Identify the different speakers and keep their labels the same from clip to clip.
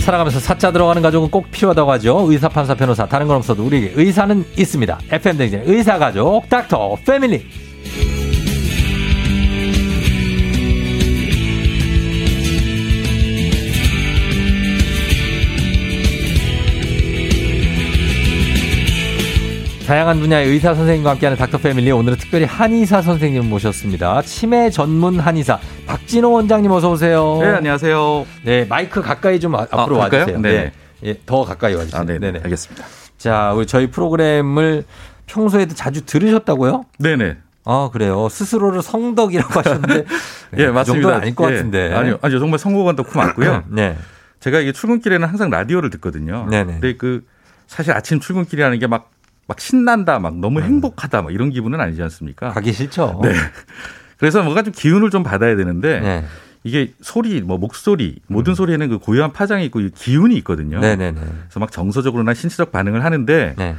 Speaker 1: 살아가면서 사자 들어가는 가족은 꼭 필요하다고 하죠. 의사, 판사, 변호사 다른 건 없어도 우리에게 의사는 있습니다. FM 댕진 의사 가족 닥터 패밀리. 다양한 분야의 의사 선생님과 함께하는 닥터 패밀리 오늘은 특별히 한의사 선생님 모셨습니다. 치매 전문 한의사 박진호 원장님 어서 오세요.
Speaker 2: 네, 안녕하세요.
Speaker 1: 네, 마이크 가까이 좀 아- 앞으로
Speaker 2: 갈까요?
Speaker 1: 와주세요.
Speaker 2: 네네.
Speaker 1: 네. 예, 더 가까이 와주세요.
Speaker 2: 아, 네,
Speaker 1: 네네.
Speaker 2: 네, 알겠습니다.
Speaker 1: 자, 우리 저희 프로그램을 평소에도 자주 들으셨다고요?
Speaker 2: 네, 네.
Speaker 1: 아, 그래요. 스스로를 성덕이라고 하셨는데.
Speaker 2: 예,
Speaker 1: 그
Speaker 2: 맞습니다.
Speaker 1: 정도는 아닐 것
Speaker 2: 예.
Speaker 1: 같은데.
Speaker 2: 아니요, 아니요, 정말 성공한 덕후 맞고요.
Speaker 1: 네.
Speaker 2: 제가 이게 출근길에는 항상 라디오를 듣거든요.
Speaker 1: 네네.
Speaker 2: 근데 그 사실 아침 출근길이라는 게 막 막 신난다, 막
Speaker 1: 음.
Speaker 2: 너무 행복하다, 막 이런 기분은 아니지 않습니까?
Speaker 1: 가기 싫죠?
Speaker 2: 네. 그래서 뭔가 좀 기운을 좀 받아야 되는데
Speaker 1: 네. 음.
Speaker 2: 이게 소리, 뭐 목소리, 모든 소리에는 그 고요한 파장이 있고 이 기운이 있거든요.
Speaker 1: 네네네.
Speaker 2: 그래서 막 정서적으로나 신체적 반응을 하는데
Speaker 1: 네.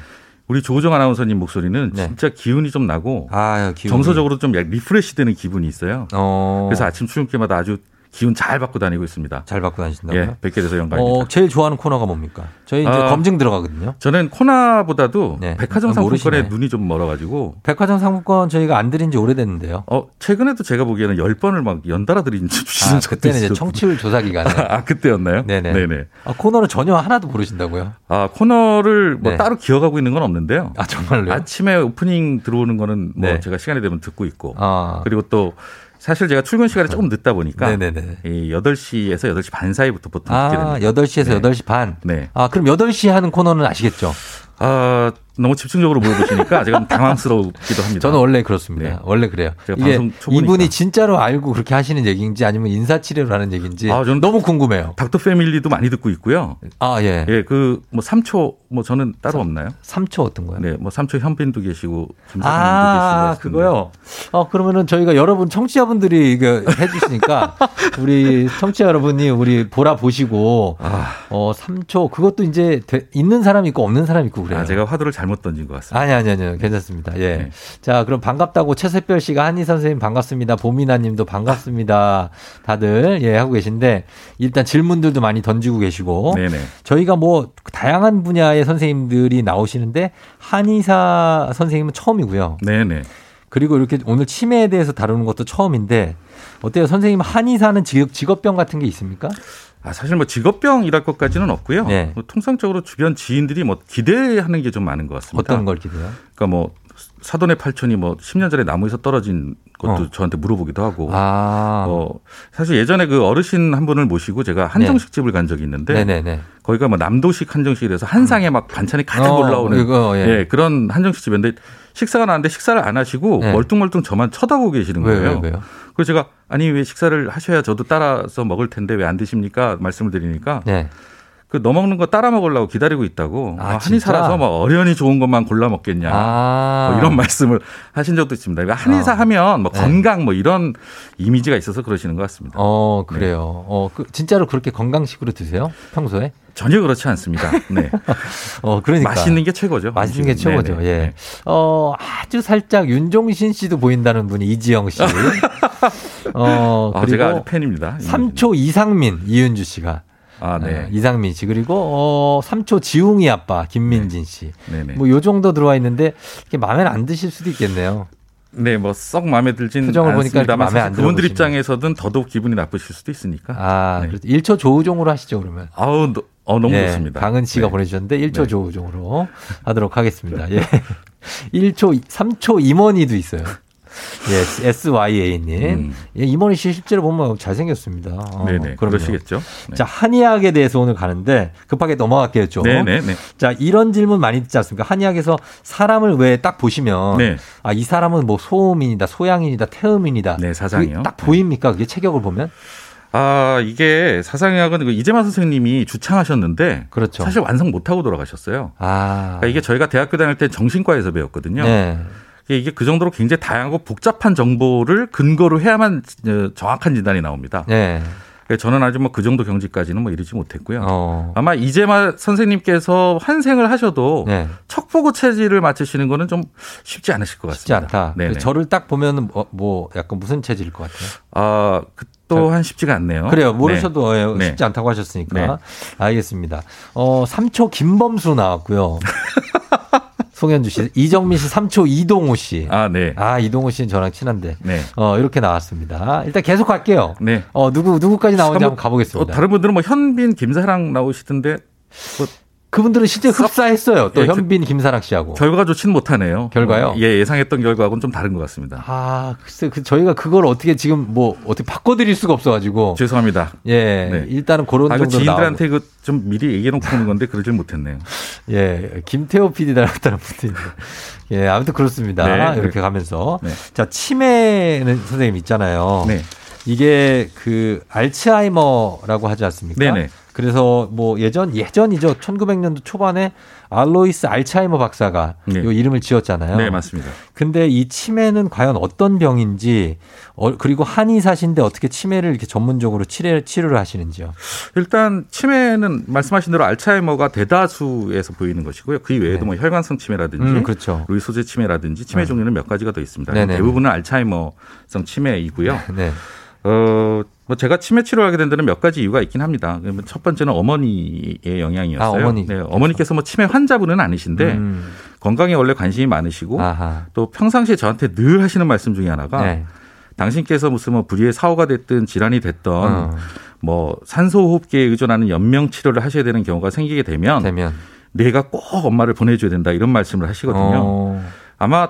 Speaker 2: 우리 조정 아나운서님 목소리는
Speaker 1: 네.
Speaker 2: 진짜 기운이 좀 나고
Speaker 1: 아, 기운.
Speaker 2: 정서적으로 좀 리프레시 되는 기분이 있어요.
Speaker 1: 어.
Speaker 2: 그래서 아침 출근길마다 아주 기운 잘 받고 다니고 있습니다.
Speaker 1: 잘 받고 다니신다고요?
Speaker 2: 예, 뵙게 돼서 영광입니다.
Speaker 1: 어, 제일 좋아하는 코너가 뭡니까? 저희 이제
Speaker 2: 아.
Speaker 1: 검증 들어가거든요.
Speaker 2: 저는 코나보다도
Speaker 1: 네,
Speaker 2: 백화점
Speaker 1: 아, 모르시네.
Speaker 2: 상품권에 눈이 좀 멀어가지고
Speaker 1: 백화점 상품권 저희가 안 드린 지 오래됐는데요.
Speaker 2: 어 최근에도 제가 보기에는 열 번을 막 연달아 드린 주신
Speaker 1: 아, 그때는 이제 청취율 조사 기간에.
Speaker 2: 아 그때였나요?
Speaker 1: 네네.
Speaker 2: 네네.
Speaker 1: 아, 코너를 전혀 하나도 모르신다고요?
Speaker 2: 아 코너를 뭐
Speaker 1: 네.
Speaker 2: 따로 기억하고 있는 건 없는데요.
Speaker 1: 아, 정말로요?
Speaker 2: 아침에 오프닝 들어오는 거는 뭐
Speaker 1: 네.
Speaker 2: 제가 시간이 되면 듣고 있고
Speaker 1: 아.
Speaker 2: 그리고 또 사실 제가 출근 시간이 조금 늦다 보니까
Speaker 1: 네네네.
Speaker 2: 이 8시에서 8시 반 사이부터 보통 그러니까 듣게
Speaker 1: 아,
Speaker 2: 됩니다.
Speaker 1: 8시에서
Speaker 2: 네.
Speaker 1: 8시 반.
Speaker 2: 네.
Speaker 1: 아, 그럼 8시 하는 코너는 아시겠죠?
Speaker 2: 아, 너무 집중적으로 물어보시니까 제가 좀 당황스럽기도 합니다.
Speaker 1: 저는 원래 그렇습니다.
Speaker 2: 네.
Speaker 1: 원래 그래요.
Speaker 2: 제가
Speaker 1: 이게
Speaker 2: 방송 초보니까.
Speaker 1: 이분이 진짜로 알고 그렇게 하시는 얘기인지 아니면 인사치레로 하는 얘기인지
Speaker 2: 아, 저는
Speaker 1: 너무 궁금해요.
Speaker 2: 닥터 패밀리도 많이 듣고 있고요.
Speaker 1: 아, 예.
Speaker 2: 예, 그 뭐 3초 뭐 저는 따로 없나요?
Speaker 1: 삼 3초 어떤 거요?
Speaker 2: 네, 뭐 3초 현빈도 계시고 김사님도
Speaker 1: 아,
Speaker 2: 계시고
Speaker 1: 그거요. 어, 그러면은 저희가 여러분 청취자분들이 이거 해주시니까 우리 청취자 여러분이 우리 보라 보시고
Speaker 2: 아,
Speaker 1: 어 3초 그것도 이제 돼- 있는 사람 있고 없는 사람 있고 그래요.
Speaker 2: 아, 제가 화두를 잘못 던진 것 같습니다.
Speaker 1: 아니, 아니, 아니요. 괜찮습니다. 예.
Speaker 2: 네.
Speaker 1: 자, 그럼 반갑다고 최세별 씨가 한희 선생님 반갑습니다. 보미나 님도 반갑습니다. 다들, 예, 하고 계신데, 일단 질문들도 많이 던지고 계시고,
Speaker 2: 네네.
Speaker 1: 저희가 뭐, 다양한 분야의 선생님들이 나오시는데, 한의사 선생님은 처음이고요.
Speaker 2: 네네.
Speaker 1: 그리고 이렇게 오늘 치매에 대해서 다루는 것도 처음인데, 어때요? 선생님, 한의사는 직- 직업병 같은 게 있습니까?
Speaker 2: 아, 사실 뭐 직업병이랄 것까지는 없고요.
Speaker 1: 네.
Speaker 2: 뭐 통상적으로 주변 지인들이 뭐 기대하는 게 좀 많은 것 같습니다.
Speaker 1: 어떤 걸 기대요?
Speaker 2: 그러니까 뭐 사돈의 팔촌이 뭐 10년 전에 나무에서 떨어진 것도
Speaker 1: 어.
Speaker 2: 저한테 물어보기도 하고
Speaker 1: 아, 네.
Speaker 2: 어, 사실 예전에 그 어르신 한 분을 모시고 제가 한정식 집을 간 적이 있는데
Speaker 1: 네네네. 음.
Speaker 2: 거기가 뭐 남도식 한정식이라서 한 상에 막 반찬이 가득
Speaker 1: 어,
Speaker 2: 올라오는
Speaker 1: 이거, 예.
Speaker 2: 예. 그런 한정식 집인데 식사가 나왔는데 식사를 안 하시고
Speaker 1: 네.
Speaker 2: 멀뚱멀뚱 저만 쳐다보고 계시는
Speaker 1: 왜,
Speaker 2: 거예요.
Speaker 1: 왜, 왜요?
Speaker 2: 그래서 제가 아니 왜 식사를 하셔야 저도 따라서 먹을 텐데 왜 안 드십니까 말씀을 드리니까
Speaker 1: 네.
Speaker 2: 그 너먹는 거 따라 먹으려고 기다리고 있다고
Speaker 1: 아,
Speaker 2: 아,
Speaker 1: 진짜?
Speaker 2: 한의사라서 뭐 어련히 좋은 것만 골라 먹겠냐
Speaker 1: 아.
Speaker 2: 뭐 이런 말씀을 하신 적도 있습니다. 그러니까 한의사
Speaker 1: 아.
Speaker 2: 하면 뭐
Speaker 1: 네.
Speaker 2: 건강 뭐 이런 이미지가 있어서 그러시는 것 같습니다.
Speaker 1: 어, 그래요. 어, 그, 진짜로 그렇게 건강식으로 드세요? 평소에?
Speaker 2: 전혀 그렇지 않습니다. 네.
Speaker 1: 어, 그러니까.
Speaker 2: 맛있는 게 최고죠.
Speaker 1: 맛있는 게
Speaker 2: 음식은.
Speaker 1: 최고죠.
Speaker 2: 네네.
Speaker 1: 예.
Speaker 2: 네.
Speaker 1: 어, 아주 살짝 윤종신 씨도 보인다는 분이 이지영 씨. 어,
Speaker 2: 아, 제가 아주
Speaker 1: 그리고
Speaker 2: 팬입니다.
Speaker 1: 삼 3초 이상민 이은주 씨가.
Speaker 2: 아,
Speaker 1: 어,
Speaker 2: 네.
Speaker 1: 이상민 씨. 그리고 어, 3초 지웅이 아빠 김민진 씨.
Speaker 2: 네네.
Speaker 1: 뭐 요 정도 들어와 있는데 이렇게 마음에 안 드실 수도 있겠네요.
Speaker 2: 네, 뭐 썩 마음에 들진
Speaker 1: 표정을 보니까 이렇게
Speaker 2: 않습니다만
Speaker 1: 마음에
Speaker 2: 사실
Speaker 1: 안 들어
Speaker 2: 그분들
Speaker 1: 보시네요.
Speaker 2: 입장에서는 더더욱 기분이 나쁘실 수도 있으니까.
Speaker 1: 아,
Speaker 2: 네.
Speaker 1: 그래도 1초 조우종으로 하시죠, 그러면.
Speaker 2: 아. 우 어, 너무
Speaker 1: 예,
Speaker 2: 좋습니다.
Speaker 1: 강은 씨가
Speaker 2: 네.
Speaker 1: 보내주셨는데 1초
Speaker 2: 네.
Speaker 1: 조우종으로 하도록 하겠습니다. 예. 1초, 3초 임원이도 있어요. 예, SYA님.
Speaker 2: 음.
Speaker 1: 예, 임원이 씨 실제로 보면 잘생겼습니다. 어,
Speaker 2: 네네.
Speaker 1: 그럼요.
Speaker 2: 그러시겠죠. 네.
Speaker 1: 자, 한의학에 대해서 오늘 가는데 급하게 넘어갈게요, 좀.
Speaker 2: 네네네.
Speaker 1: 자, 이런 질문 많이 듣지 않습니까? 한의학에서 사람을 왜 딱 보시면
Speaker 2: 네.
Speaker 1: 아, 이 사람은 뭐 소음인이다, 소양인이다, 태음인이다.
Speaker 2: 네, 사상이요.
Speaker 1: 그게 딱 보입니까? 그게 체격을 보면?
Speaker 2: 아, 이게 사상의학은 그 이재만 선생님이 주창하셨는데
Speaker 1: 그렇죠.
Speaker 2: 사실 완성 못하고 돌아가셨어요.
Speaker 1: 아.
Speaker 2: 그러니까 이게 저희가 대학교 다닐 때 정신과에서 배웠거든요.
Speaker 1: 네.
Speaker 2: 이게 그 정도로 굉장히 다양하고 복잡한 정보를 근거로 해야만 어, 정확한 진단이 나옵니다.
Speaker 1: 네.
Speaker 2: 저는 아주 뭐 그 정도 경지까지는 뭐 이르지 못했고요.
Speaker 1: 어.
Speaker 2: 아마 이제마 선생님께서 환생을 하셔도
Speaker 1: 네.
Speaker 2: 척보고 체질을 맞추시는 거는 좀 쉽지 않으실 것
Speaker 1: 쉽지
Speaker 2: 같습니다.
Speaker 1: 않다.
Speaker 2: 네네.
Speaker 1: 저를 딱 보면은 뭐, 뭐 약간 무슨 체질일 것 같아요.
Speaker 2: 아, 그 또한 쉽지가 않네요.
Speaker 1: 그래요.
Speaker 2: 네.
Speaker 1: 모르셔도 예,
Speaker 2: 네.
Speaker 1: 쉽지 않다고 하셨으니까.
Speaker 2: 네.
Speaker 1: 알겠습니다. 어, 3초 김범수 나왔고요. 송현주 씨, 이정민 씨, 3초 이동호 씨. 아,
Speaker 2: 아, 네.
Speaker 1: 이동호 씨는 저랑 친한데.
Speaker 2: 네.
Speaker 1: 어, 이렇게 나왔습니다. 일단 계속 갈게요.
Speaker 2: 네.
Speaker 1: 어, 누구, 누구까지 나오는지
Speaker 2: 한번-
Speaker 1: 한번 가보겠습니다.
Speaker 2: 어, 다른 분들은 뭐 현빈, 김사랑 나오시던데 뭐
Speaker 1: 그분들은 실제 흡사했어요. 또
Speaker 2: 예, 그-
Speaker 1: 현빈, 김사랑 씨하고.
Speaker 2: 결과가 좋지는 못하네요.
Speaker 1: 뭐. 결과요?
Speaker 2: 예, 예상했던 결과하고는 좀 다른 것 같습니다.
Speaker 1: 아, 글쎄, 그, 저희가 그걸 어떻게 지금 뭐, 어떻게 바꿔드릴 수가 없어가지고.
Speaker 2: 죄송합니다.
Speaker 1: 예,
Speaker 2: 네.
Speaker 1: 일단은 그런
Speaker 2: 아, 그
Speaker 1: 정도
Speaker 2: 지인들한테 그 좀 미리 얘기해놓고 하는 건데 그러질 못했네요.
Speaker 1: 예, 김태호 PD 닮았다는 분도 있고. 예, 아무튼 그렇습니다.
Speaker 2: 네.
Speaker 1: 이렇게 가면서.
Speaker 2: 네.
Speaker 1: 자, 치매는 선생님 있잖아요.
Speaker 2: 네.
Speaker 1: 이게 그 알츠하이머라고 하지 않습니까?
Speaker 2: 네네.
Speaker 1: 그래서 뭐 예전 예전이죠. 1900년도 초반에 알로이스 알츠하이머 박사가
Speaker 2: 네.
Speaker 1: 요 이름을 지었잖아요.
Speaker 2: 네, 맞습니다.
Speaker 1: 근데 이 치매는 과연 어떤 병인지 어, 그리고 한의사신데 어떻게 치매를 이렇게 전문적으로 치료 치료를 하시는지요?
Speaker 2: 일단 치매는 말씀하신 대로 알츠하이머가 대다수에서 보이는 것이고요. 그 외에도
Speaker 1: 네.
Speaker 2: 뭐 혈관성 치매라든지
Speaker 1: 음, 그렇죠.
Speaker 2: 루이 소재 치매라든지 치매
Speaker 1: 네.
Speaker 2: 종류는 몇 가지가 더 있습니다.
Speaker 1: 네네네.
Speaker 2: 대부분은 알츠하이머성 치매이고요.
Speaker 1: 네.
Speaker 2: 어, 뭐 제가 치매 치료하게 된 데는 몇 가지 이유가 있긴 합니다. 그러면 첫 번째는 어머니의 영향이었어요.
Speaker 1: 아, 어머니.
Speaker 2: 네, 어머니께서 뭐 치매 환자분은 아니신데
Speaker 1: 음.
Speaker 2: 건강에 원래 관심이 많으시고
Speaker 1: 아하.
Speaker 2: 또 평상시에 저한테 늘 하시는 말씀 중에 하나가
Speaker 1: 네.
Speaker 2: 당신께서 무슨 뭐 불의의 사고가 됐든 질환이 됐든
Speaker 1: 어,
Speaker 2: 뭐 산소호흡기에 의존하는 연명 치료를 하셔야 되는 경우가 생기게 되면
Speaker 1: 되면
Speaker 2: 내가 꼭 엄마를 보내줘야 된다 이런 말씀을 하시거든요.
Speaker 1: 어,
Speaker 2: 아마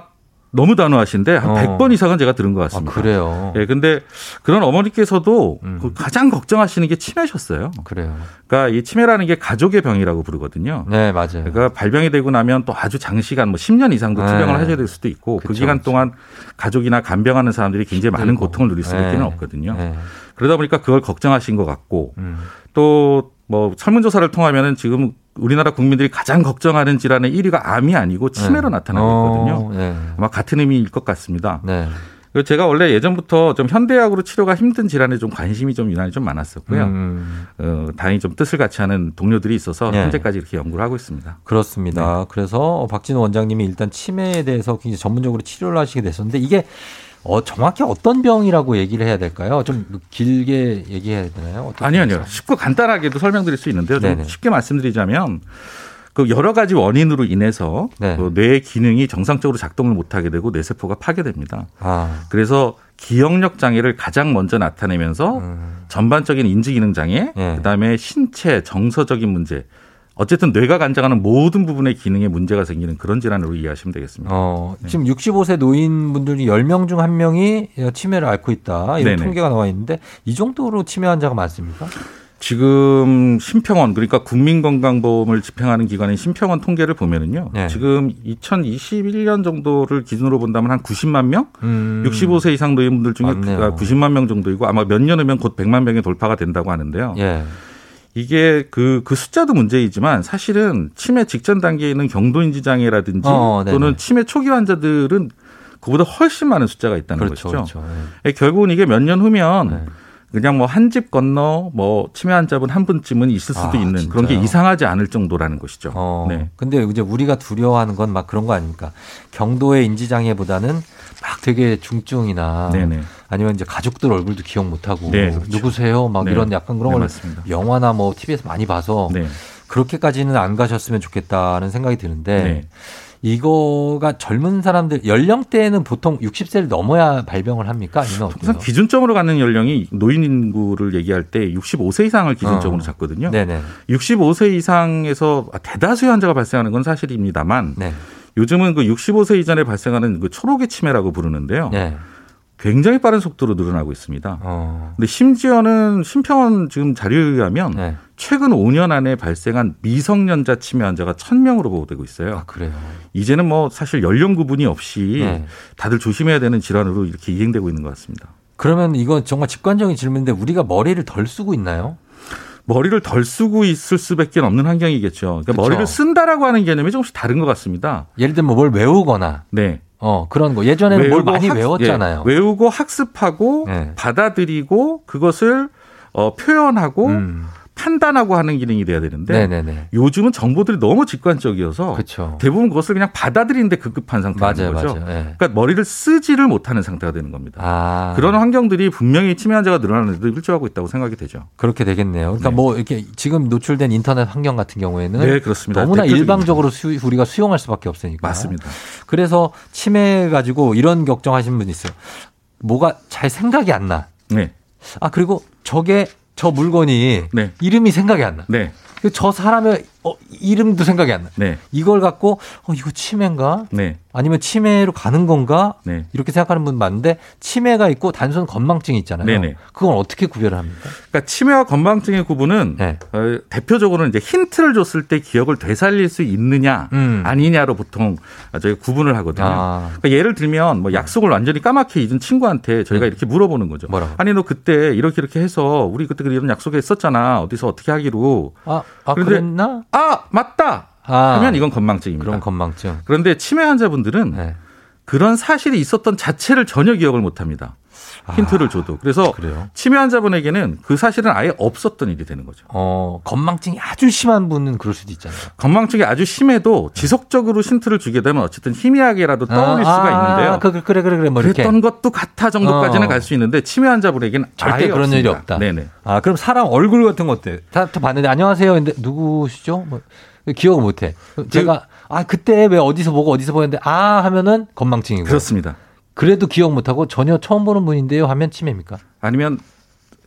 Speaker 2: 너무 단호하신데 한
Speaker 1: 어.
Speaker 2: 100번 이상은 제가 들은 것
Speaker 1: 아,
Speaker 2: 같습니다.
Speaker 1: 그래요.
Speaker 2: 예, 근데 그런 어머니께서도
Speaker 1: 음.
Speaker 2: 그 가장 걱정하시는 게 치매셨어요.
Speaker 1: 그래요.
Speaker 2: 그러니까 이 치매라는 게 가족의 병이라고 부르거든요.
Speaker 1: 네, 맞아요.
Speaker 2: 그러니까 발병이 되고 나면 또 아주 장시간 뭐 10년 이상도
Speaker 1: 네.
Speaker 2: 투병을 하셔야 될 수도 있고 그
Speaker 1: 그쵸,
Speaker 2: 기간
Speaker 1: 그쵸.
Speaker 2: 동안 가족이나 간병하는 사람들이 굉장히 많은
Speaker 1: 힘들고.
Speaker 2: 고통을 누릴 수밖에
Speaker 1: 네.
Speaker 2: 는 없거든요.
Speaker 1: 네.
Speaker 2: 그러다 보니까 그걸 걱정하신 것 같고
Speaker 1: 음.
Speaker 2: 또 뭐 설문조사를 통하면은 지금 우리나라 국민들이 가장 걱정하는 질환의 1위가 암이 아니고 치매로 나타나고 있거든요.
Speaker 1: 네. 어, 네.
Speaker 2: 아마 같은 의미일 것 같습니다.
Speaker 1: 네.
Speaker 2: 그리고 제가 원래 예전부터 좀 현대학으로 치료가 힘든 질환에 좀 관심이 좀 유난히 좀 많았었고요.
Speaker 1: 음,
Speaker 2: 어, 다행히 좀 뜻을 같이 하는 동료들이 있어서
Speaker 1: 네.
Speaker 2: 현재까지 이렇게 연구를 하고 있습니다. 네.
Speaker 1: 그렇습니다. 그래서 박진호 원장님이 일단 치매에 대해서 굉장히 전문적으로 치료를 하시게 되셨는데 이게 어, 정확히 어떤 병이라고 얘기를 해야 될까요? 좀 길게 얘기해야 되나요? 어떻게
Speaker 2: 아니요, 아니요.
Speaker 1: 생각하세요?
Speaker 2: 쉽고 간단하게도 설명드릴 수 있는데요. 좀
Speaker 1: 그렇죠. 네네.
Speaker 2: 쉽게 말씀드리자면 그 여러 가지 원인으로 인해서
Speaker 1: 네.
Speaker 2: 그 뇌의 기능이 정상적으로 작동을 못하게 되고 뇌세포가 파괴됩니다.
Speaker 1: 아,
Speaker 2: 그래서 기억력 장애를 가장 먼저 나타내면서
Speaker 1: 음,
Speaker 2: 전반적인 인지 기능 장애,
Speaker 1: 예.
Speaker 2: 그다음에 신체 정서적인 문제. 어쨌든 뇌가 관장하는 모든 부분의 기능에 문제가 생기는 그런 질환으로 이해하시면 되겠습니다.
Speaker 1: 어,
Speaker 2: 네.
Speaker 1: 지금 65세 노인분들이 10명 중 1명이 치매를 앓고 있다. 이런
Speaker 2: 네네.
Speaker 1: 통계가 나와 있는데 이 정도로 치매 환자가 많습니까?
Speaker 2: 어, 지금 심평원 그러니까 국민건강보험을 집행하는 기관인 심평원 통계를 보면은요.
Speaker 1: 예.
Speaker 2: 지금 2021년 정도를 기준으로 본다면 한 90만 명,
Speaker 1: 음.
Speaker 2: 65세 이상 노인분들 중에
Speaker 1: 맞네요.
Speaker 2: 90만 명 정도이고 아마 몇 년 후면 곧 100만 명이 돌파가 된다고 하는데요.
Speaker 1: 예.
Speaker 2: 이게 그, 그 숫자도 문제이지만 사실은 치매 직전 단계에 있는 경도인지 장애라든지
Speaker 1: 어, 네네.
Speaker 2: 또는 치매 초기 환자들은 그보다 훨씬 많은 숫자가 있다는
Speaker 1: 그렇죠.
Speaker 2: 것이죠.
Speaker 1: 그렇죠. 예.
Speaker 2: 예, 결국은 이게 몇 년 후면
Speaker 1: 네.
Speaker 2: 그냥 뭐 한 집 건너 뭐 치매 환자분 한 분쯤은 있을 수도
Speaker 1: 아,
Speaker 2: 있는 그런 게
Speaker 1: 진짜요?
Speaker 2: 이상하지 않을 정도라는 것이죠.
Speaker 1: 어,
Speaker 2: 네.
Speaker 1: 근데 이제 우리가 두려워하는 건 막 그런 거 아닙니까? 경도의 인지장애보다는 막 되게 중증이나
Speaker 2: 네네.
Speaker 1: 아니면 이제 가족들 얼굴도 기억 못하고
Speaker 2: 네, 그렇죠.
Speaker 1: 누구세요? 막
Speaker 2: 네.
Speaker 1: 이런 약간 그런
Speaker 2: 네,
Speaker 1: 걸
Speaker 2: 맞습니다.
Speaker 1: 영화나 뭐 TV에서 많이 봐서
Speaker 2: 네.
Speaker 1: 그렇게까지는 안 가셨으면 좋겠다는 생각이 드는데
Speaker 2: 네.
Speaker 1: 이거가 젊은 사람들 연령대에는 보통 60세를 넘어야 발병을 합니까? 아니면 어때요?
Speaker 2: 항상 기준점으로 가는 연령이 노인 인구를 얘기할 때 65세 이상을 기준점으로
Speaker 1: 어.
Speaker 2: 잡거든요.
Speaker 1: 네네.
Speaker 2: 65세 이상에서 대다수의 환자가 발생하는 건 사실입니다만
Speaker 1: 네.
Speaker 2: 요즘은 그 65세 이전에 발생하는 그 초록의 치매라고 부르는데요.
Speaker 1: 네.
Speaker 2: 굉장히 빠른 속도로 늘어나고 있습니다.
Speaker 1: 어.
Speaker 2: 근데 심지어는 심평원 지금 자료에 의하면
Speaker 1: 네.
Speaker 2: 최근 5년 안에 발생한 미성년자 치매 환자가 1000명으로 보고되고 있어요.
Speaker 1: 아, 그래요.
Speaker 2: 이제는 뭐 사실 연령 구분이 없이
Speaker 1: 네.
Speaker 2: 다들 조심해야 되는 질환으로 이렇게 이행되고 있는 것 같습니다.
Speaker 1: 그러면 이건 정말 직관적인 질문인데 우리가 머리를 덜 쓰고 있나요?
Speaker 2: 머리를 덜 쓰고 있을 수밖에 없는 환경이겠죠. 그러니까
Speaker 1: 그쵸.
Speaker 2: 머리를 쓴다라고 하는 개념이 조금씩 다른 것 같습니다.
Speaker 1: 예를 들면 뭘 외우거나
Speaker 2: 네.
Speaker 1: 어 그런 거 예전에는 뭘 많이
Speaker 2: 학-
Speaker 1: 외웠잖아요.
Speaker 2: 예, 외우고 학습하고
Speaker 1: 네.
Speaker 2: 받아들이고 그것을 어, 표현하고
Speaker 1: 음.
Speaker 2: 판단하고 하는 기능이 돼야 되는데
Speaker 1: 네네네.
Speaker 2: 요즘은 정보들이 너무 직관적이어서
Speaker 1: 그렇죠.
Speaker 2: 대부분 그것을 그냥 받아들이는데 급급한
Speaker 1: 맞아요,
Speaker 2: 상태인 거죠.
Speaker 1: 맞아요. 예.
Speaker 2: 그러니까 머리를 쓰지를 못하는 상태가 되는 겁니다.
Speaker 1: 아.
Speaker 2: 그런 환경들이 분명히 치매 환자가 늘어나는 데 일조하고 있다고 생각이 되죠.
Speaker 1: 그렇게 되겠네요. 그러니까
Speaker 2: 네.
Speaker 1: 뭐 이렇게 지금 노출된 인터넷 환경 같은 경우에는
Speaker 2: 네, 그렇습니다.
Speaker 1: 너무나
Speaker 2: 대표적인
Speaker 1: 일방적으로 아. 수, 우리가 수용할 수밖에 없으니까.
Speaker 2: 맞습니다.
Speaker 1: 그래서 치매 가지고 이런 걱정하시는 분이 있어요. 뭐가 잘 생각이 안 나.
Speaker 2: 네,
Speaker 1: 아 그리고 저게 저 물건이
Speaker 2: 네,
Speaker 1: 이름이 생각이 안 나.
Speaker 2: 네,
Speaker 1: 그 저 사람의 어, 이름도 생각이 안 나.
Speaker 2: 네,
Speaker 1: 이걸 갖고 어, 이거 치매인가?
Speaker 2: 네,
Speaker 1: 아니면 치매로 가는 건가?
Speaker 2: 네.
Speaker 1: 이렇게 생각하는 분 많은데 치매가 있고 단순 건망증이 있잖아요.
Speaker 2: 네네.
Speaker 1: 그건 어떻게 구별을 합니까?
Speaker 2: 그러니까 치매와 건망증의 구분은
Speaker 1: 네.
Speaker 2: 어, 대표적으로는 이제 힌트를 줬을 때 기억을 되살릴 수 있느냐
Speaker 1: 음.
Speaker 2: 아니냐로 보통 저희 가 구분을 하거든요.
Speaker 1: 아.
Speaker 2: 그러니까 예를 들면 뭐 약속을 완전히 까맣게 잊은 친구한테 저희가 이렇게 물어보는 거죠.
Speaker 1: 음. 뭐라고?
Speaker 2: 아니 너 그때 이렇게 이렇게 해서 우리 그때 그 이런 약속에 있었잖아. 어디서 어떻게 하기로.
Speaker 1: 아, 아
Speaker 2: 그런데-
Speaker 1: 그랬나?
Speaker 2: 아 맞다.
Speaker 1: 아,
Speaker 2: 하면 이건 건망증입니다.
Speaker 1: 그런 건망증.
Speaker 2: 그런데 치매 환자분들은
Speaker 1: 네.
Speaker 2: 그런 사실이 있었던 자체를 전혀 기억을 못합니다. 힌트를 줘도. 그래서
Speaker 1: 아. 그래요.
Speaker 2: 치매 환자분에게는 그 사실은 아예 없었던 일이 되는 거죠.
Speaker 1: 어, 건망증이 아주 심한 분은 그럴 수도 있잖아요.
Speaker 2: 건망증이 아주 심해도 지속적으로 힌트를 주게 되면 어쨌든 희미하게라도 떠올릴
Speaker 1: 아,
Speaker 2: 수가
Speaker 1: 아,
Speaker 2: 있는데요.
Speaker 1: 아, 그, 그, 그래, 그래, 그래. 뭐 이렇게.
Speaker 2: 그랬던 것도 같아 정도까지는
Speaker 1: 어.
Speaker 2: 갈 수 있는데 치매 환자분에게는
Speaker 1: 절대
Speaker 2: 아예
Speaker 1: 그런
Speaker 2: 없습니다.
Speaker 1: 일이 없다.
Speaker 2: 네네.
Speaker 1: 아, 그럼 사람 얼굴 같은 거 어때? 다, 다 봤는데, 안녕하세요. 근데, 누구시죠? 뭐, 기억을 못 해. 제가, 아, 그때 왜 어디서 보고 어디서 보는데, 아, 하면은 건망증이고.
Speaker 2: 그렇습니다.
Speaker 1: 그래도 기억 못 하고 전혀 처음 보는 분인데요 하면 치매입니까?
Speaker 2: 아니면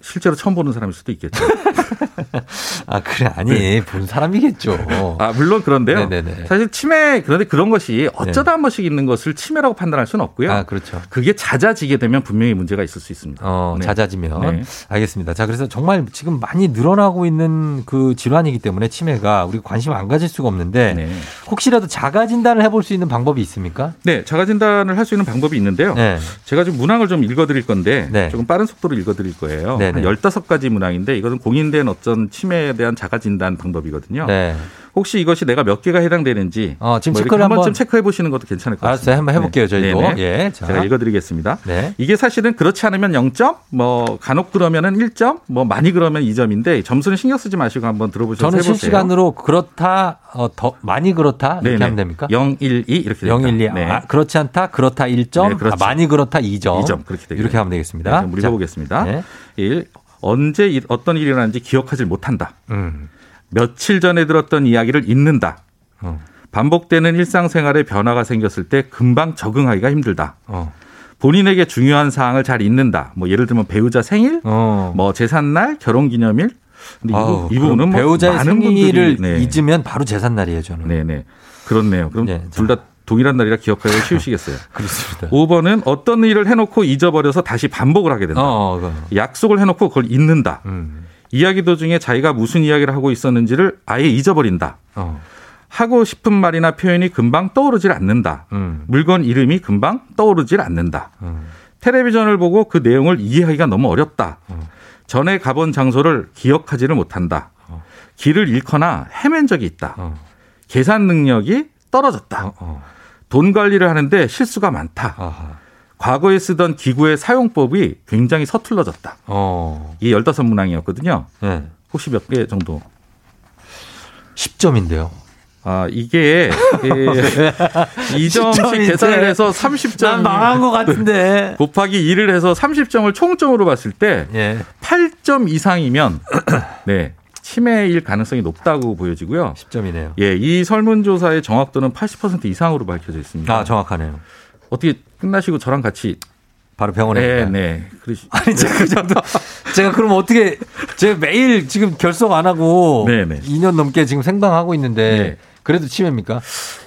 Speaker 2: 실제로 처음 보는 사람일 수도 있겠죠.
Speaker 1: 아, 그래. 아니, 본 사람이겠죠.
Speaker 2: 아 물론 그런데요.
Speaker 1: 네네네. 네.
Speaker 2: 사실 치매 그런데 그런 것이 어쩌다 한 번씩 있는 것을 치매라고 판단할 수는 없고요.
Speaker 1: 아, 그렇죠.
Speaker 2: 그게 잦아지게 되면 분명히 문제가 있을 수 있습니다.
Speaker 1: 어,
Speaker 2: 네.
Speaker 1: 잦아지면.
Speaker 2: 네.
Speaker 1: 알겠습니다. 자, 그래서 정말 지금 많이 늘어나고 있는 그 질환이기 때문에 치매가 우리 가 관심 안 가질 수가 없는데
Speaker 2: 네.
Speaker 1: 혹시라도 자가 진단을 해볼 수 있는 방법이 있습니까?
Speaker 2: 네, 자가 진단을 할 수 있는 방법이 있는데요.
Speaker 1: 네.
Speaker 2: 제가 지금 문항을 좀 읽어드릴 건데
Speaker 1: 네.
Speaker 2: 조금 빠른 속도로 읽어드릴 거예요.
Speaker 1: 네네.
Speaker 2: 한 15가지 문항인데 이것은 공인된 어떤 치매에 대한 자가 진단 방법이거든요.
Speaker 1: 네.
Speaker 2: 혹시 이것이 내가 몇 개가 해당되는지 뭐
Speaker 1: 어, 지금
Speaker 2: 이렇게
Speaker 1: 체크를
Speaker 2: 한 번쯤
Speaker 1: 한번-
Speaker 2: 체크해 보시는 것도 괜찮을 것 같습니다.
Speaker 1: 알았어요. 한번 해볼게요,
Speaker 2: 네.
Speaker 1: 저희도.
Speaker 2: 네네.
Speaker 1: 예. 자.
Speaker 2: 제가 읽어드리겠습니다.
Speaker 1: 네.
Speaker 2: 이게 사실은 그렇지 않으면 0점, 뭐 간혹 그러면은 1점, 뭐 많이 그러면 2점인데 점수는 신경 쓰지 마시고 한번 들어보셔서
Speaker 1: 저는
Speaker 2: 해보세요.
Speaker 1: 실시간으로 그렇다, 어, 더 많이 그렇다 이렇게
Speaker 2: 네네.
Speaker 1: 하면 됩니까?
Speaker 2: 0, 1, 2 이렇게 됩니다.
Speaker 1: 012.
Speaker 2: 네.
Speaker 1: 아, 그렇지 않다, 그렇다 1점,
Speaker 2: 네, 그렇죠.
Speaker 1: 아, 많이 그렇다 2점.
Speaker 2: 2점, 그렇게 되겠네요.
Speaker 1: 이렇게 하면
Speaker 2: 네,
Speaker 1: 되겠습니다.
Speaker 2: 그럼 우리
Speaker 1: 자,
Speaker 2: 해보겠습니다.
Speaker 1: 네.
Speaker 2: 1. 언제 일- 어떤 일이 일어났는지 기억하지 못한다.
Speaker 1: 음.
Speaker 2: 며칠 전에 들었던 이야기를 잊는다.
Speaker 1: 어,
Speaker 2: 반복되는 일상생활에 변화가 생겼을 때 금방 적응하기가 힘들다.
Speaker 1: 어,
Speaker 2: 본인에게 중요한 사항을 잘 잊는다. 뭐 예를 들면 배우자 생일,
Speaker 1: 어.
Speaker 2: 뭐 재산날, 결혼기념일. 근데
Speaker 1: 아우,
Speaker 2: 이거- 이,
Speaker 1: 그럼
Speaker 2: 부분은 뭐
Speaker 1: 배우자의
Speaker 2: 많은
Speaker 1: 생일을
Speaker 2: 분들이- 네.
Speaker 1: 잊으면 바로 재산날이에요, 저는.
Speaker 2: 네네. 그렇네요. 그럼
Speaker 1: 네,
Speaker 2: 둘 다 동일한 날이라 기억하기 쉬우시겠어요.
Speaker 1: 그렇습니다.
Speaker 2: 5번은 어떤 일을 해놓고 잊어버려서 다시 반복을 하게 된다.
Speaker 1: 어, 어, 그거.
Speaker 2: 약속을 해놓고 그걸 잊는다.
Speaker 1: 음.
Speaker 2: 이야기 도중에 자기가 무슨 이야기를 하고 있었는지를 아예 잊어버린다.
Speaker 1: 어.
Speaker 2: 하고 싶은 말이나 표현이 금방 떠오르질 않는다.
Speaker 1: 음.
Speaker 2: 물건 이름이 금방 떠오르질 않는다.
Speaker 1: 음.
Speaker 2: 텔레비전을 보고 그 내용을 이해하기가 너무 어렵다.
Speaker 1: 어.
Speaker 2: 전에 가본 장소를 기억하지를 못한다.
Speaker 1: 어.
Speaker 2: 길을 잃거나 헤맨 적이 있다.
Speaker 1: 어.
Speaker 2: 계산 능력이 떨어졌다.
Speaker 1: 어. 어.
Speaker 2: 돈 관리를 하는데 실수가 많다.
Speaker 1: 아하.
Speaker 2: 과거에 쓰던 기구의 사용법이 굉장히 서툴러졌다.
Speaker 1: 어.
Speaker 2: 이게 15문항이었거든요.
Speaker 1: 네.
Speaker 2: 혹시 몇 개 정도?
Speaker 1: 10점인데요.
Speaker 2: 아, 이게 2점씩
Speaker 1: 시점인데.
Speaker 2: 계산을 해서 30점
Speaker 1: 것 같은데.
Speaker 2: 곱하기 2를 해서 30점을 총점으로 봤을 때
Speaker 1: 예.
Speaker 2: 8점 이상이면 네, 치매일 가능성이 높다고 보여지고요.
Speaker 1: 10점이네요.
Speaker 2: 예, 이 설문조사의 정확도는 80% 이상으로 밝혀져 있습니다.
Speaker 1: 아, 정확하네요.
Speaker 2: 어떻게 끝나시고 저랑 같이
Speaker 1: 바로 병원에.
Speaker 2: 네,
Speaker 1: 가요.
Speaker 2: 네. 그러시
Speaker 1: 아니, 제가 그 정도. 제가 그럼 어떻게. 제가 매일 지금 결석 안 하고.
Speaker 2: 네, 네.
Speaker 1: 2년 넘게 지금 생방하고 있는데.
Speaker 2: 네.
Speaker 1: 그래도 치매입니까?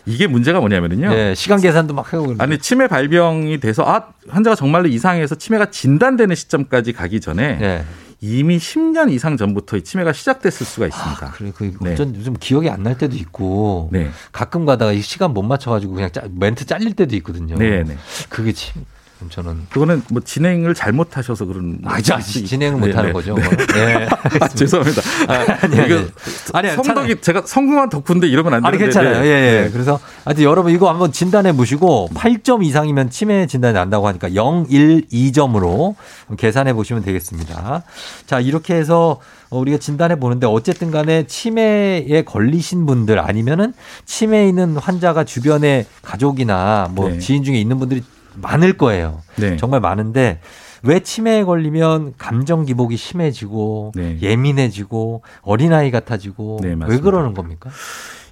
Speaker 2: 이게 문제가 뭐냐면요.
Speaker 1: 예. 시간 계산도 막 하고. 그러는데.
Speaker 2: 아니 치매 발병이 돼서 아 환자가 정말로 이상해서 치매가 진단되는 시점까지 가기 전에
Speaker 1: 예.
Speaker 2: 이미 10년 이상 전부터 이 치매가 시작됐을 수가 있습니다.
Speaker 1: 그래, 그,
Speaker 2: 네.
Speaker 1: 어쩐 요즘 기억이 안 날 때도 있고.
Speaker 2: 네.
Speaker 1: 가끔 가다가 이 시간 못 맞춰가지고 그냥 짜- 멘트 잘릴 때도 있거든요.
Speaker 2: 네, 네.
Speaker 1: 그게 치, 그럼 저는
Speaker 2: 그거는 뭐 진행을 잘못하셔서 그런
Speaker 1: 아직 아직 진행을 못
Speaker 2: 네.
Speaker 1: 하는 거죠. 그거는. 네.
Speaker 2: 아, 죄송합니다. 아,
Speaker 1: 아니, 아니.
Speaker 2: 이거
Speaker 1: 아니요,
Speaker 2: 성덕이 제가 성공한 덕후인데 이러면 안
Speaker 1: 아니
Speaker 2: 되는데.
Speaker 1: 괜찮아요.
Speaker 2: 네. 음.
Speaker 1: 예, 예. 그래서 하여튼 여러분 이거 한번 진단해 보시고 8점 이상이면 치매 진단이 난다고 하니까 0, 1, 2점으로 계산해 보시면 되겠습니다. 자, 이렇게 해서 어, 우리가 진단해 보는데 어쨌든 간에 치매에 걸리신 분들 아니면은 치매에 있는 환자가 주변에 가족이나 뭐
Speaker 2: 네.
Speaker 1: 지인 중에 있는 분들이 많을 거예요.
Speaker 2: 네.
Speaker 1: 정말 많은데 왜 치매에 걸리면 감정 기복이 심해지고
Speaker 2: 네.
Speaker 1: 예민해지고 어린아이 같아지고
Speaker 2: 네,
Speaker 1: 왜
Speaker 2: 맞습니다.
Speaker 1: 그러는 겁니까?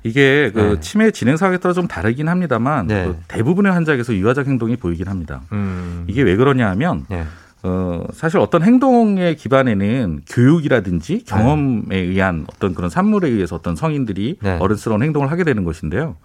Speaker 2: 이게 그
Speaker 1: 네.
Speaker 2: 치매 진행 사항에 따라 좀 다르긴 합니다만
Speaker 1: 네.
Speaker 2: 그 대부분의 환자에게서 유아적 행동이 보이긴 합니다.
Speaker 1: 음.
Speaker 2: 이게 왜 그러냐 하면
Speaker 1: 네.
Speaker 2: 어 사실 어떤 행동의 기반에는 교육이라든지 경험에 의한 어떤 그런 산물에 의해서 어떤 성인들이
Speaker 1: 네.
Speaker 2: 어른스러운 행동을 하게 되는 것인데요.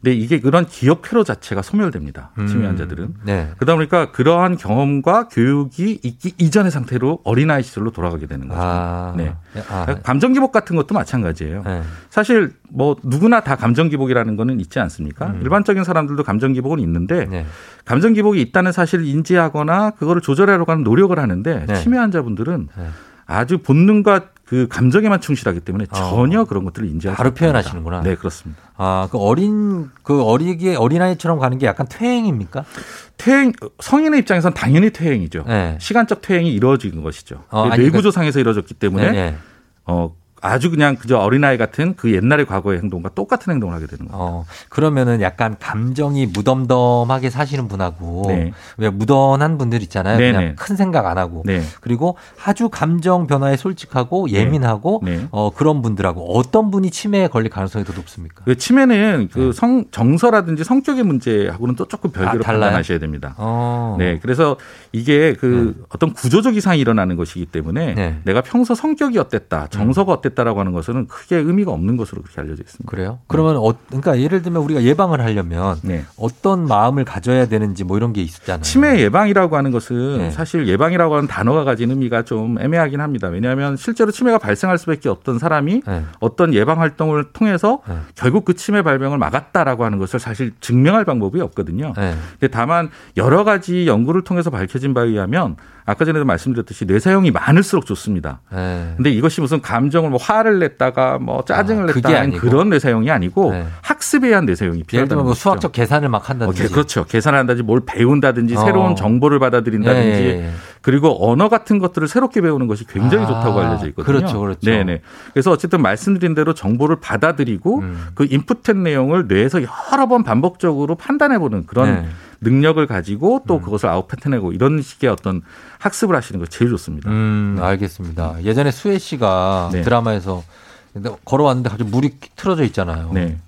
Speaker 2: 근데 이게 그런 기억 회로 자체가 소멸됩니다.
Speaker 1: 음.
Speaker 2: 치매 환자들은.
Speaker 1: 네.
Speaker 2: 그러다 보니까 그러한 경험과 교육이 있기 이전의 상태로 어린아이 시절로 돌아가게 되는 거죠.
Speaker 1: 아.
Speaker 2: 네.
Speaker 1: 아.
Speaker 2: 감정 기복 같은 것도 마찬가지예요.
Speaker 1: 네.
Speaker 2: 사실 뭐 누구나 다 감정 기복이라는 거는 있지 않습니까?
Speaker 1: 음.
Speaker 2: 일반적인 사람들도 감정 기복은 있는데
Speaker 1: 네.
Speaker 2: 감정 기복이 있다는 사실을 인지하거나 그거를 조절하려고 하는 노력을 하는데
Speaker 1: 네.
Speaker 2: 치매 환자분들은
Speaker 1: 네.
Speaker 2: 아주 본능과 그 감정에만 충실하기 때문에
Speaker 1: 어.
Speaker 2: 전혀 그런 것들을 인지하지
Speaker 1: 바로
Speaker 2: 못합니다.
Speaker 1: 표현하시는구나.
Speaker 2: 네, 그렇습니다.
Speaker 1: 아, 그 어린 그 어리게 어린아이처럼 가는 게 약간 퇴행입니까?
Speaker 2: 그렇죠. 퇴행 성인의 입장에선 당연히 퇴행이죠.
Speaker 1: 네.
Speaker 2: 시간적 퇴행이 이루어진 것이죠.
Speaker 1: 어, 아니,
Speaker 2: 뇌구조상에서 이루어졌기 때문에
Speaker 1: 네, 네.
Speaker 2: 어, 아주 그냥 그저 어린아이 같은 그 옛날의 과거의 행동과 똑같은 행동을 하게 되는 거예요.
Speaker 1: 어, 그러면은 약간 감정이 무덤덤하게 사시는 분하고
Speaker 2: 네.
Speaker 1: 왜 무던한 분들 있잖아요.
Speaker 2: 네,
Speaker 1: 그냥
Speaker 2: 네.
Speaker 1: 큰 생각 안 하고.
Speaker 2: 네.
Speaker 1: 그리고 아주 감정 변화에 솔직하고
Speaker 2: 네.
Speaker 1: 예민하고
Speaker 2: 네.
Speaker 1: 어, 그런 분들하고 어떤 분이 치매에 걸릴 가능성이 더 높습니까?
Speaker 2: 그 치매는
Speaker 1: 네.
Speaker 2: 그 성, 정서라든지 성격의 문제하고는 또 조금 별개로
Speaker 1: 아, 달라요?
Speaker 2: 판단하셔야 됩니다.
Speaker 1: 어.
Speaker 2: 네, 그래서 이게 그 어떤 구조적 이상이 일어나는 것이기 때문에
Speaker 1: 네. 음.
Speaker 2: 내가 평소 성격이 어땠다, 정서가 어땠다라고 하는 것은 크게 의미가 없는 것으로 그렇게 알려져 있습니다.
Speaker 1: 그래요? 그러면 어, 그러니까 예를 들면 우리가 예방을 하려면
Speaker 2: 네.
Speaker 1: 어떤 마음을 가져야 되는지 뭐 이런 게 있잖아요.
Speaker 2: 치매 예방이라고 하는 것은
Speaker 1: 네.
Speaker 2: 사실 예방이라고 하는 단어가 가진 의미가 좀 애매하긴 합니다. 왜냐하면 실제로 치매가 발생할 수밖에 없던 사람이
Speaker 1: 네.
Speaker 2: 어떤 예방 활동을 통해서
Speaker 1: 네.
Speaker 2: 결국 그 치매 발병을 막았다라고 하는 것을 사실 증명할 방법이 없거든요.
Speaker 1: 네.
Speaker 2: 근데 다만 여러 가지 연구를 통해서 밝혀진 바에 의하면 아까 전에도 말씀드렸듯이 뇌 사용이 많을수록 좋습니다.
Speaker 1: 네.
Speaker 2: 근데 이것이 무슨 감정을 뭐 화를 냈다가 뭐
Speaker 1: 아,
Speaker 2: 짜증을
Speaker 1: 그게
Speaker 2: 냈다 하는
Speaker 1: 아니고.
Speaker 2: 그런 뇌 사용이 아니고
Speaker 1: 네.
Speaker 2: 학습에 의한 뇌 사용이
Speaker 1: 예를 들면
Speaker 2: 필요하다는
Speaker 1: 뭐
Speaker 2: 거죠.
Speaker 1: 수학적 계산을 막 한다든지.
Speaker 2: 어, 그렇죠. 계산한다든지 뭘 배운다든지
Speaker 1: 어.
Speaker 2: 새로운 정보를 받아들인다든지
Speaker 1: 예, 예, 예.
Speaker 2: 그리고 언어 같은 것들을 새롭게 배우는 것이 굉장히
Speaker 1: 아,
Speaker 2: 좋다고 알려져 있거든요.
Speaker 1: 그렇죠, 그렇죠.
Speaker 2: 네네. 그래서 어쨌든 말씀드린 대로 정보를 받아들이고
Speaker 1: 음.
Speaker 2: 그 인풋한 내용을 뇌에서 여러 번 반복적으로 판단해보는 그런
Speaker 1: 네. 음.
Speaker 2: 능력을 가지고 또 그것을 아웃패턴하고 이런 식의 어떤 학습을 하시는 것이 제일 좋습니다.
Speaker 1: 음, 알겠습니다. 예전에 수혜 씨가
Speaker 2: 네.
Speaker 1: 드라마에서 근데 걸어왔는데 갑자기 물이 틀어져 있잖아요.
Speaker 2: 네,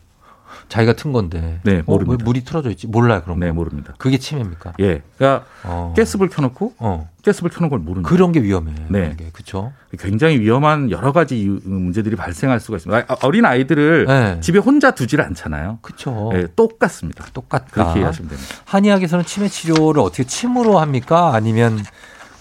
Speaker 1: 자기가 튼 건데. 어,
Speaker 2: 네,
Speaker 1: 왜
Speaker 2: 모릅니다.
Speaker 1: 물이 틀어져 있지? 몰라요, 그런 거.
Speaker 2: 네 모릅니다.
Speaker 1: 그게 치매입니까?
Speaker 2: 예, 그러니까
Speaker 1: 어.
Speaker 2: 가스불 켜놓고
Speaker 1: 어.
Speaker 2: 가스불 켜놓은 걸 모르는
Speaker 1: 그런 게 위험해.
Speaker 2: 네.
Speaker 1: 그렇죠.
Speaker 2: 굉장히 위험한 여러 가지 이유- 문제들이 발생할 수가 있습니다. 아, 어린 아이들을
Speaker 1: 네.
Speaker 2: 집에 혼자 두질 않잖아요.
Speaker 1: 그렇죠.
Speaker 2: 예, 똑같습니다.
Speaker 1: 똑같다.
Speaker 2: 그렇게 이해하시면 됩니다.
Speaker 1: 한의학에서는 치매 치료를 어떻게 침으로 합니까? 아니면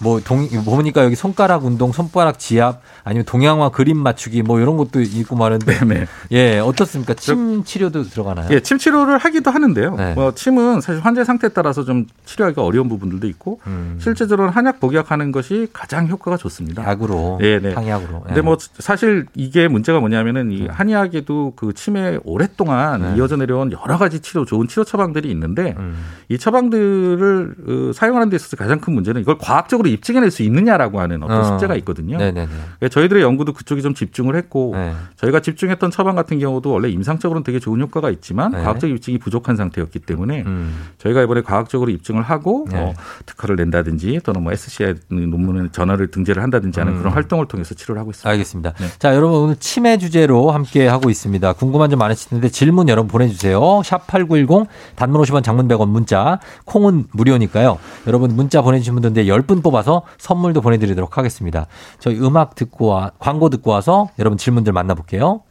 Speaker 1: 뭐 동, 보니까 여기 손가락 운동, 손바닥 지압, 아니면 동양화 그림 맞추기 뭐 이런 것도 있고 말는데
Speaker 2: 네.
Speaker 1: 예, 어떻습니까? 침 치료도 들어가나요?
Speaker 2: 예, 침 치료를 하기도 하는데요.
Speaker 1: 네.
Speaker 2: 뭐 침은 사실 환자 상태에 따라서 좀 치료하기가 어려운 부분들도 있고
Speaker 1: 음,
Speaker 2: 실제적으로는 한약 복약하는 것이 가장 효과가 좋습니다.
Speaker 1: 약으로,
Speaker 2: 예, 네.
Speaker 1: 항약으로.
Speaker 2: 근데
Speaker 1: 예.
Speaker 2: 뭐 사실 이게 문제가 뭐냐면은 이 한의학에도 그 치매 오랫동안
Speaker 1: 네.
Speaker 2: 이어져 내려온 여러 가지 치료 좋은 치료 처방들이 있는데
Speaker 1: 음,
Speaker 2: 이 처방들을 어, 사용하는 데 있어서 가장 큰 문제는 이걸 과학적으로 입증해낼 수 있느냐라고 하는 어떤
Speaker 1: 어.
Speaker 2: 숙제가 있거든요.
Speaker 1: 네네네.
Speaker 2: 그러니까 저희들의 연구도 그쪽에 좀 집중을 했고
Speaker 1: 예.
Speaker 2: 저희가 집중했던 처방 같은 경우도 원래 임상적으로는 되게 좋은 효과가 있지만
Speaker 1: 네.
Speaker 2: 과학적 입증이 부족한 상태였기 때문에
Speaker 1: 음,
Speaker 2: 저희가 이번에 과학적으로 입증을 하고
Speaker 1: 네.
Speaker 2: 뭐 특허를 낸다든지 또는 뭐 SCI 논문에 전화를 등재를 한다든지 하는
Speaker 1: 음.
Speaker 2: 그런 활동을 통해서 치료를 하고 있습니다.
Speaker 1: 알겠습니다. 자, 여러분 오늘 치매 주제로 함께 하고 있습니다. 궁금한 점 많으시는데 질문 여러분 보내주세요. 샵 #8910 단문 50원, 장문 100원 문자 콩은 무료니까요. 여러분 문자 보내주신 분들 10분 뽑아서 선물도 보내드리도록 하겠습니다. 저희 음악 듣고 와, 광고 듣고 와서 여러분 질문들 만나볼게요.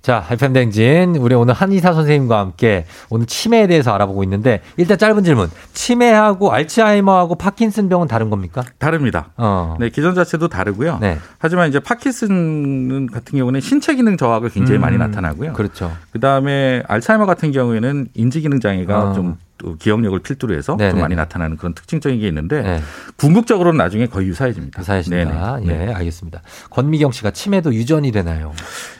Speaker 1: 자, FM 댕진. 우리 오늘 한의사 선생님과 함께 오늘 치매에 대해서 알아보고 있는데 일단 짧은 질문. 치매하고 알츠하이머하고 파킨슨 병은 다른 겁니까?
Speaker 2: 다릅니다.
Speaker 1: 어.
Speaker 2: 네, 아, 기전 자체도 다르고요.
Speaker 1: 네.
Speaker 2: 하지만 이제 파킨슨 같은 경우는 신체 기능 저하가 굉장히 많이
Speaker 1: 음,
Speaker 2: 나타나고요.
Speaker 1: 그렇죠.
Speaker 2: 그 다음에 알츠하이머 같은 경우에는 인지 기능 장애가
Speaker 1: 아.
Speaker 2: 좀 또 기억력을 필두로 해서
Speaker 1: 네네.
Speaker 2: 좀 많이 나타나는 그런 특징적인 게 있는데
Speaker 1: 네.
Speaker 2: 궁극적으로는 나중에 거의 유사해집니다.
Speaker 1: 사회신다.
Speaker 2: 네네.
Speaker 1: 예,
Speaker 2: 네.
Speaker 1: 알겠습니다. 권미경 씨가 치매도 유전이 되나요?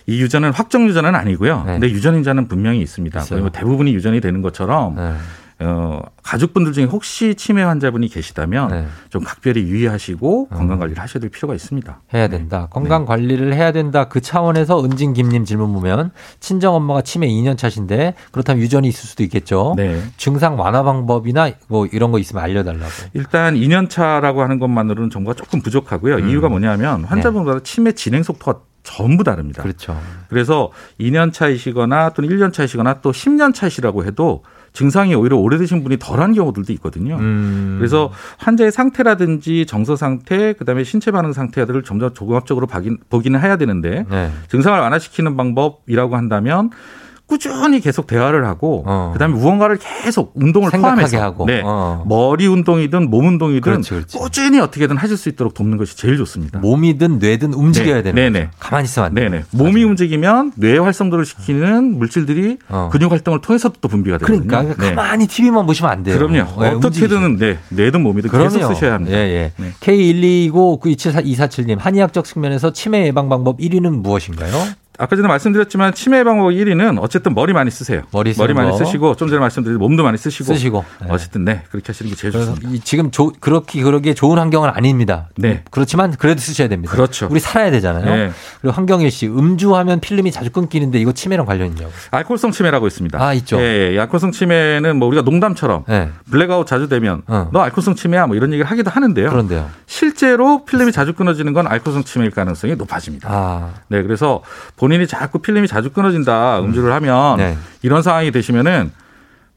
Speaker 2: 이 유전은 확정 유전은 아니고요.
Speaker 1: 네.
Speaker 2: 근데 유전인자는 분명히 있습니다.
Speaker 1: 있어요.
Speaker 2: 거의 뭐 대부분이 유전이 되는 것처럼
Speaker 1: 네.
Speaker 2: 어, 가족분들 중에 혹시 치매 환자분이 계시다면
Speaker 1: 네. 어.
Speaker 2: 좀 각별히 유의하시고 건강 관리를 하셔야 될 필요가 있습니다.
Speaker 1: 해야 된다.
Speaker 2: 네.
Speaker 1: 건강 관리를 해야 된다. 그 차원에서 은진 김님 질문 보면 친정 엄마가 치매 2년 차신데 그렇다면 유전이 있을 수도 있겠죠.
Speaker 2: 네.
Speaker 1: 증상 완화 방법이나 뭐 이런 거 있으면 알려달라고.
Speaker 2: 일단 2년 차라고 하는 것만으로는 정보가 조금 부족하고요.
Speaker 1: 음.
Speaker 2: 이유가 뭐냐면 환자분마다 치매 진행 속도가 전부 다릅니다.
Speaker 1: 그렇죠.
Speaker 2: 그래서 2년 차이시거나 또는 1년 차이시거나 또 10년 차이시라고 해도 증상이 오히려 오래되신 분이 덜한 경우들도 있거든요.
Speaker 1: 음.
Speaker 2: 그래서 환자의 상태라든지 정서 상태, 그다음에 신체 반응 상태들을 점점 종합적으로 봐긴- 보기는 해야 되는데
Speaker 1: 네.
Speaker 2: 증상을 완화시키는 방법이라고 한다면 꾸준히 계속 대화를 하고
Speaker 1: 어.
Speaker 2: 그다음에 무언가를 계속 운동을
Speaker 1: 생각하게
Speaker 2: 포함해서
Speaker 1: 하고.
Speaker 2: 네.
Speaker 1: 어.
Speaker 2: 머리 운동이든 몸 운동이든
Speaker 1: 그렇지, 그렇지.
Speaker 2: 꾸준히 어떻게든 하실 수 있도록 돕는 것이 제일 좋습니다.
Speaker 1: 몸이든 뇌든 움직여야 되는.
Speaker 2: 네네.
Speaker 1: 거죠. 가만히 있으면 안 돼.
Speaker 2: 네네. 몸이 움직이면 뇌 활성도를 시키는 물질들이
Speaker 1: 아. 어.
Speaker 2: 근육 활동을 통해서도 또 분비가 되거든요.
Speaker 1: 그러니까
Speaker 2: 그 네.
Speaker 1: 가만히 TV만 보시면 안 돼요.
Speaker 2: 그럼요.
Speaker 1: 네, 움직이셔야
Speaker 2: 어떻게든 네, 뇌든 몸이든 계속 쓰셔야 합니다.
Speaker 1: 예, 예.
Speaker 2: 네.
Speaker 1: K1259247님, 한의학적 측면에서 치매 예방 방법 1위는 무엇인가요?
Speaker 2: 아까 전에 말씀드렸지만 치매 방법 1위는 어쨌든 머리 많이 쓰세요.
Speaker 1: 머리 쓰는
Speaker 2: 많이
Speaker 1: 거.
Speaker 2: 쓰시고 좀 전에 말씀드린 몸도 많이 쓰시고,
Speaker 1: 쓰시고. 네.
Speaker 2: 어쨌든 네 그렇게 하시는 게 제일
Speaker 1: 그래서
Speaker 2: 좋습니다.
Speaker 1: 이 지금 조- 그렇게 그러기에 좋은 환경은 아닙니다.
Speaker 2: 네.
Speaker 1: 그렇지만 그래도 쓰셔야 됩니다.
Speaker 2: 그렇죠.
Speaker 1: 우리 살아야 되잖아요.
Speaker 2: 네.
Speaker 1: 그리고 황경일 씨, 음주하면 필름이 자주 끊기는데 이거 치매랑 관련 있냐고.
Speaker 2: 알코올성 치매라고 있습니다.
Speaker 1: 아, 있죠.
Speaker 2: 예, 예. 알코올성 치매는 뭐 우리가 농담처럼
Speaker 1: 네.
Speaker 2: 블랙아웃 자주 되면
Speaker 1: 어.
Speaker 2: 너 알코올성 치매야 뭐 이런 얘기를 하기도 하는데요.
Speaker 1: 그런데요.
Speaker 2: 실제로 필름이 자주 끊어지는 건 알코올성 치매일 가능성이 높아집니다.
Speaker 1: 아,
Speaker 2: 네, 그래서 본인이 자꾸 필름이 자주 끊어진다, 음주를 하면
Speaker 1: 네.
Speaker 2: 이런 상황이 되시면은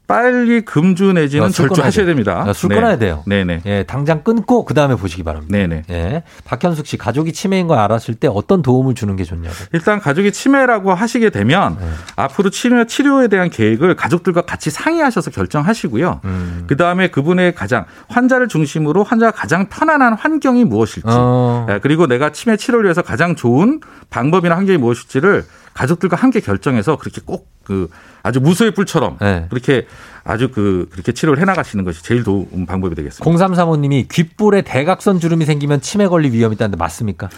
Speaker 2: 빨리 금주 내지는
Speaker 1: 아, 술 끊어야
Speaker 2: 절주하셔야
Speaker 1: 돼요.
Speaker 2: 됩니다.
Speaker 1: 아, 술 끊어야 돼요.
Speaker 2: 네, 네,
Speaker 1: 예, 당장 끊고 그 다음에 보시기 바랍니다.
Speaker 2: 네, 네.
Speaker 1: 예. 박현숙 씨, 가족이 치매인 걸 알았을 때 어떤 도움을 주는 게 좋냐고.
Speaker 2: 일단 가족이 치매라고 하시게 되면
Speaker 1: 네.
Speaker 2: 앞으로 치매 치료에 대한 계획을 가족들과 같이 상의하셔서 결정하시고요.
Speaker 1: 음.
Speaker 2: 그 다음에 그분의 가장 환자를 중심으로 환자가 가장 편안한 환경이 무엇일지,
Speaker 1: 어.
Speaker 2: 예, 그리고 내가 치매 치료를 위해서 가장 좋은 방법이나 환경이 무엇일지를 가족들과 함께 결정해서 그렇게 꼭 그 아주 무소의 뿔처럼
Speaker 1: 네.
Speaker 2: 그렇게 아주 그 그렇게 치료를 해나가시는 것이 제일 좋은 방법이 되겠습니다.
Speaker 1: 0335님이 귓볼에 대각선 주름이 생기면 치매 걸릴 위험이 있다는데 맞습니까?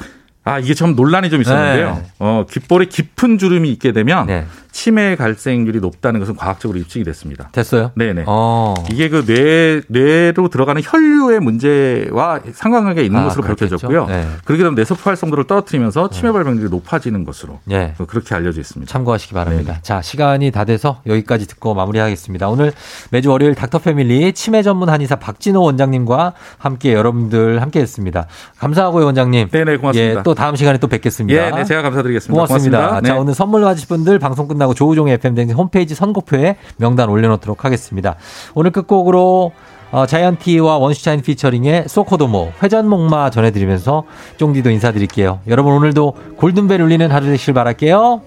Speaker 2: 아 이게 참 논란이 좀 있었는데요.
Speaker 1: 네.
Speaker 2: 어 귓볼에 깊은 주름이 있게 되면
Speaker 1: 네.
Speaker 2: 치매 발생률이 높다는 것은 과학적으로 입증이 됐습니다.
Speaker 1: 됐어요?
Speaker 2: 네네.
Speaker 1: 어.
Speaker 2: 이게 그 뇌, 뇌로 들어가는 혈류의 문제와 상관관계가 있는
Speaker 1: 아,
Speaker 2: 것으로
Speaker 1: 그렇겠죠.
Speaker 2: 밝혀졌고요.
Speaker 1: 네.
Speaker 2: 그렇게 되면 뇌세포 활성도를 떨어뜨리면서 치매 발병률이 높아지는 것으로 어,
Speaker 1: 예.
Speaker 2: 그렇게 알려져 있습니다.
Speaker 1: 참고하시기
Speaker 2: 네.
Speaker 1: 바랍니다. 자, 시간이 다 돼서 여기까지 듣고 마무리하겠습니다. 오늘 매주 월요일 닥터 패밀리 치매 전문 한의사 박진호 원장님과 함께 여러분들 함께 했습니다. 감사하고요, 원장님.
Speaker 2: 네네, 고맙습니다.
Speaker 1: 예, 또 다음 시간에 또 뵙겠습니다.
Speaker 2: 예, 네, 제가 감사드리겠습니다.
Speaker 1: 고맙습니다.
Speaker 2: 고맙습니다.
Speaker 1: 자,
Speaker 2: 네.
Speaker 1: 오늘 선물 받으실 분들 방송 끝나고 조우종의 FM댕진 홈페이지 선고표에 명단 올려놓도록 하겠습니다. 오늘 끝곡으로 어, 자이언티와 원슈타인 피처링의 소코도모 회전목마 전해드리면서 쫑디도 인사드릴게요. 여러분 오늘도 골든벨 울리는 하루 되시길 바랄게요.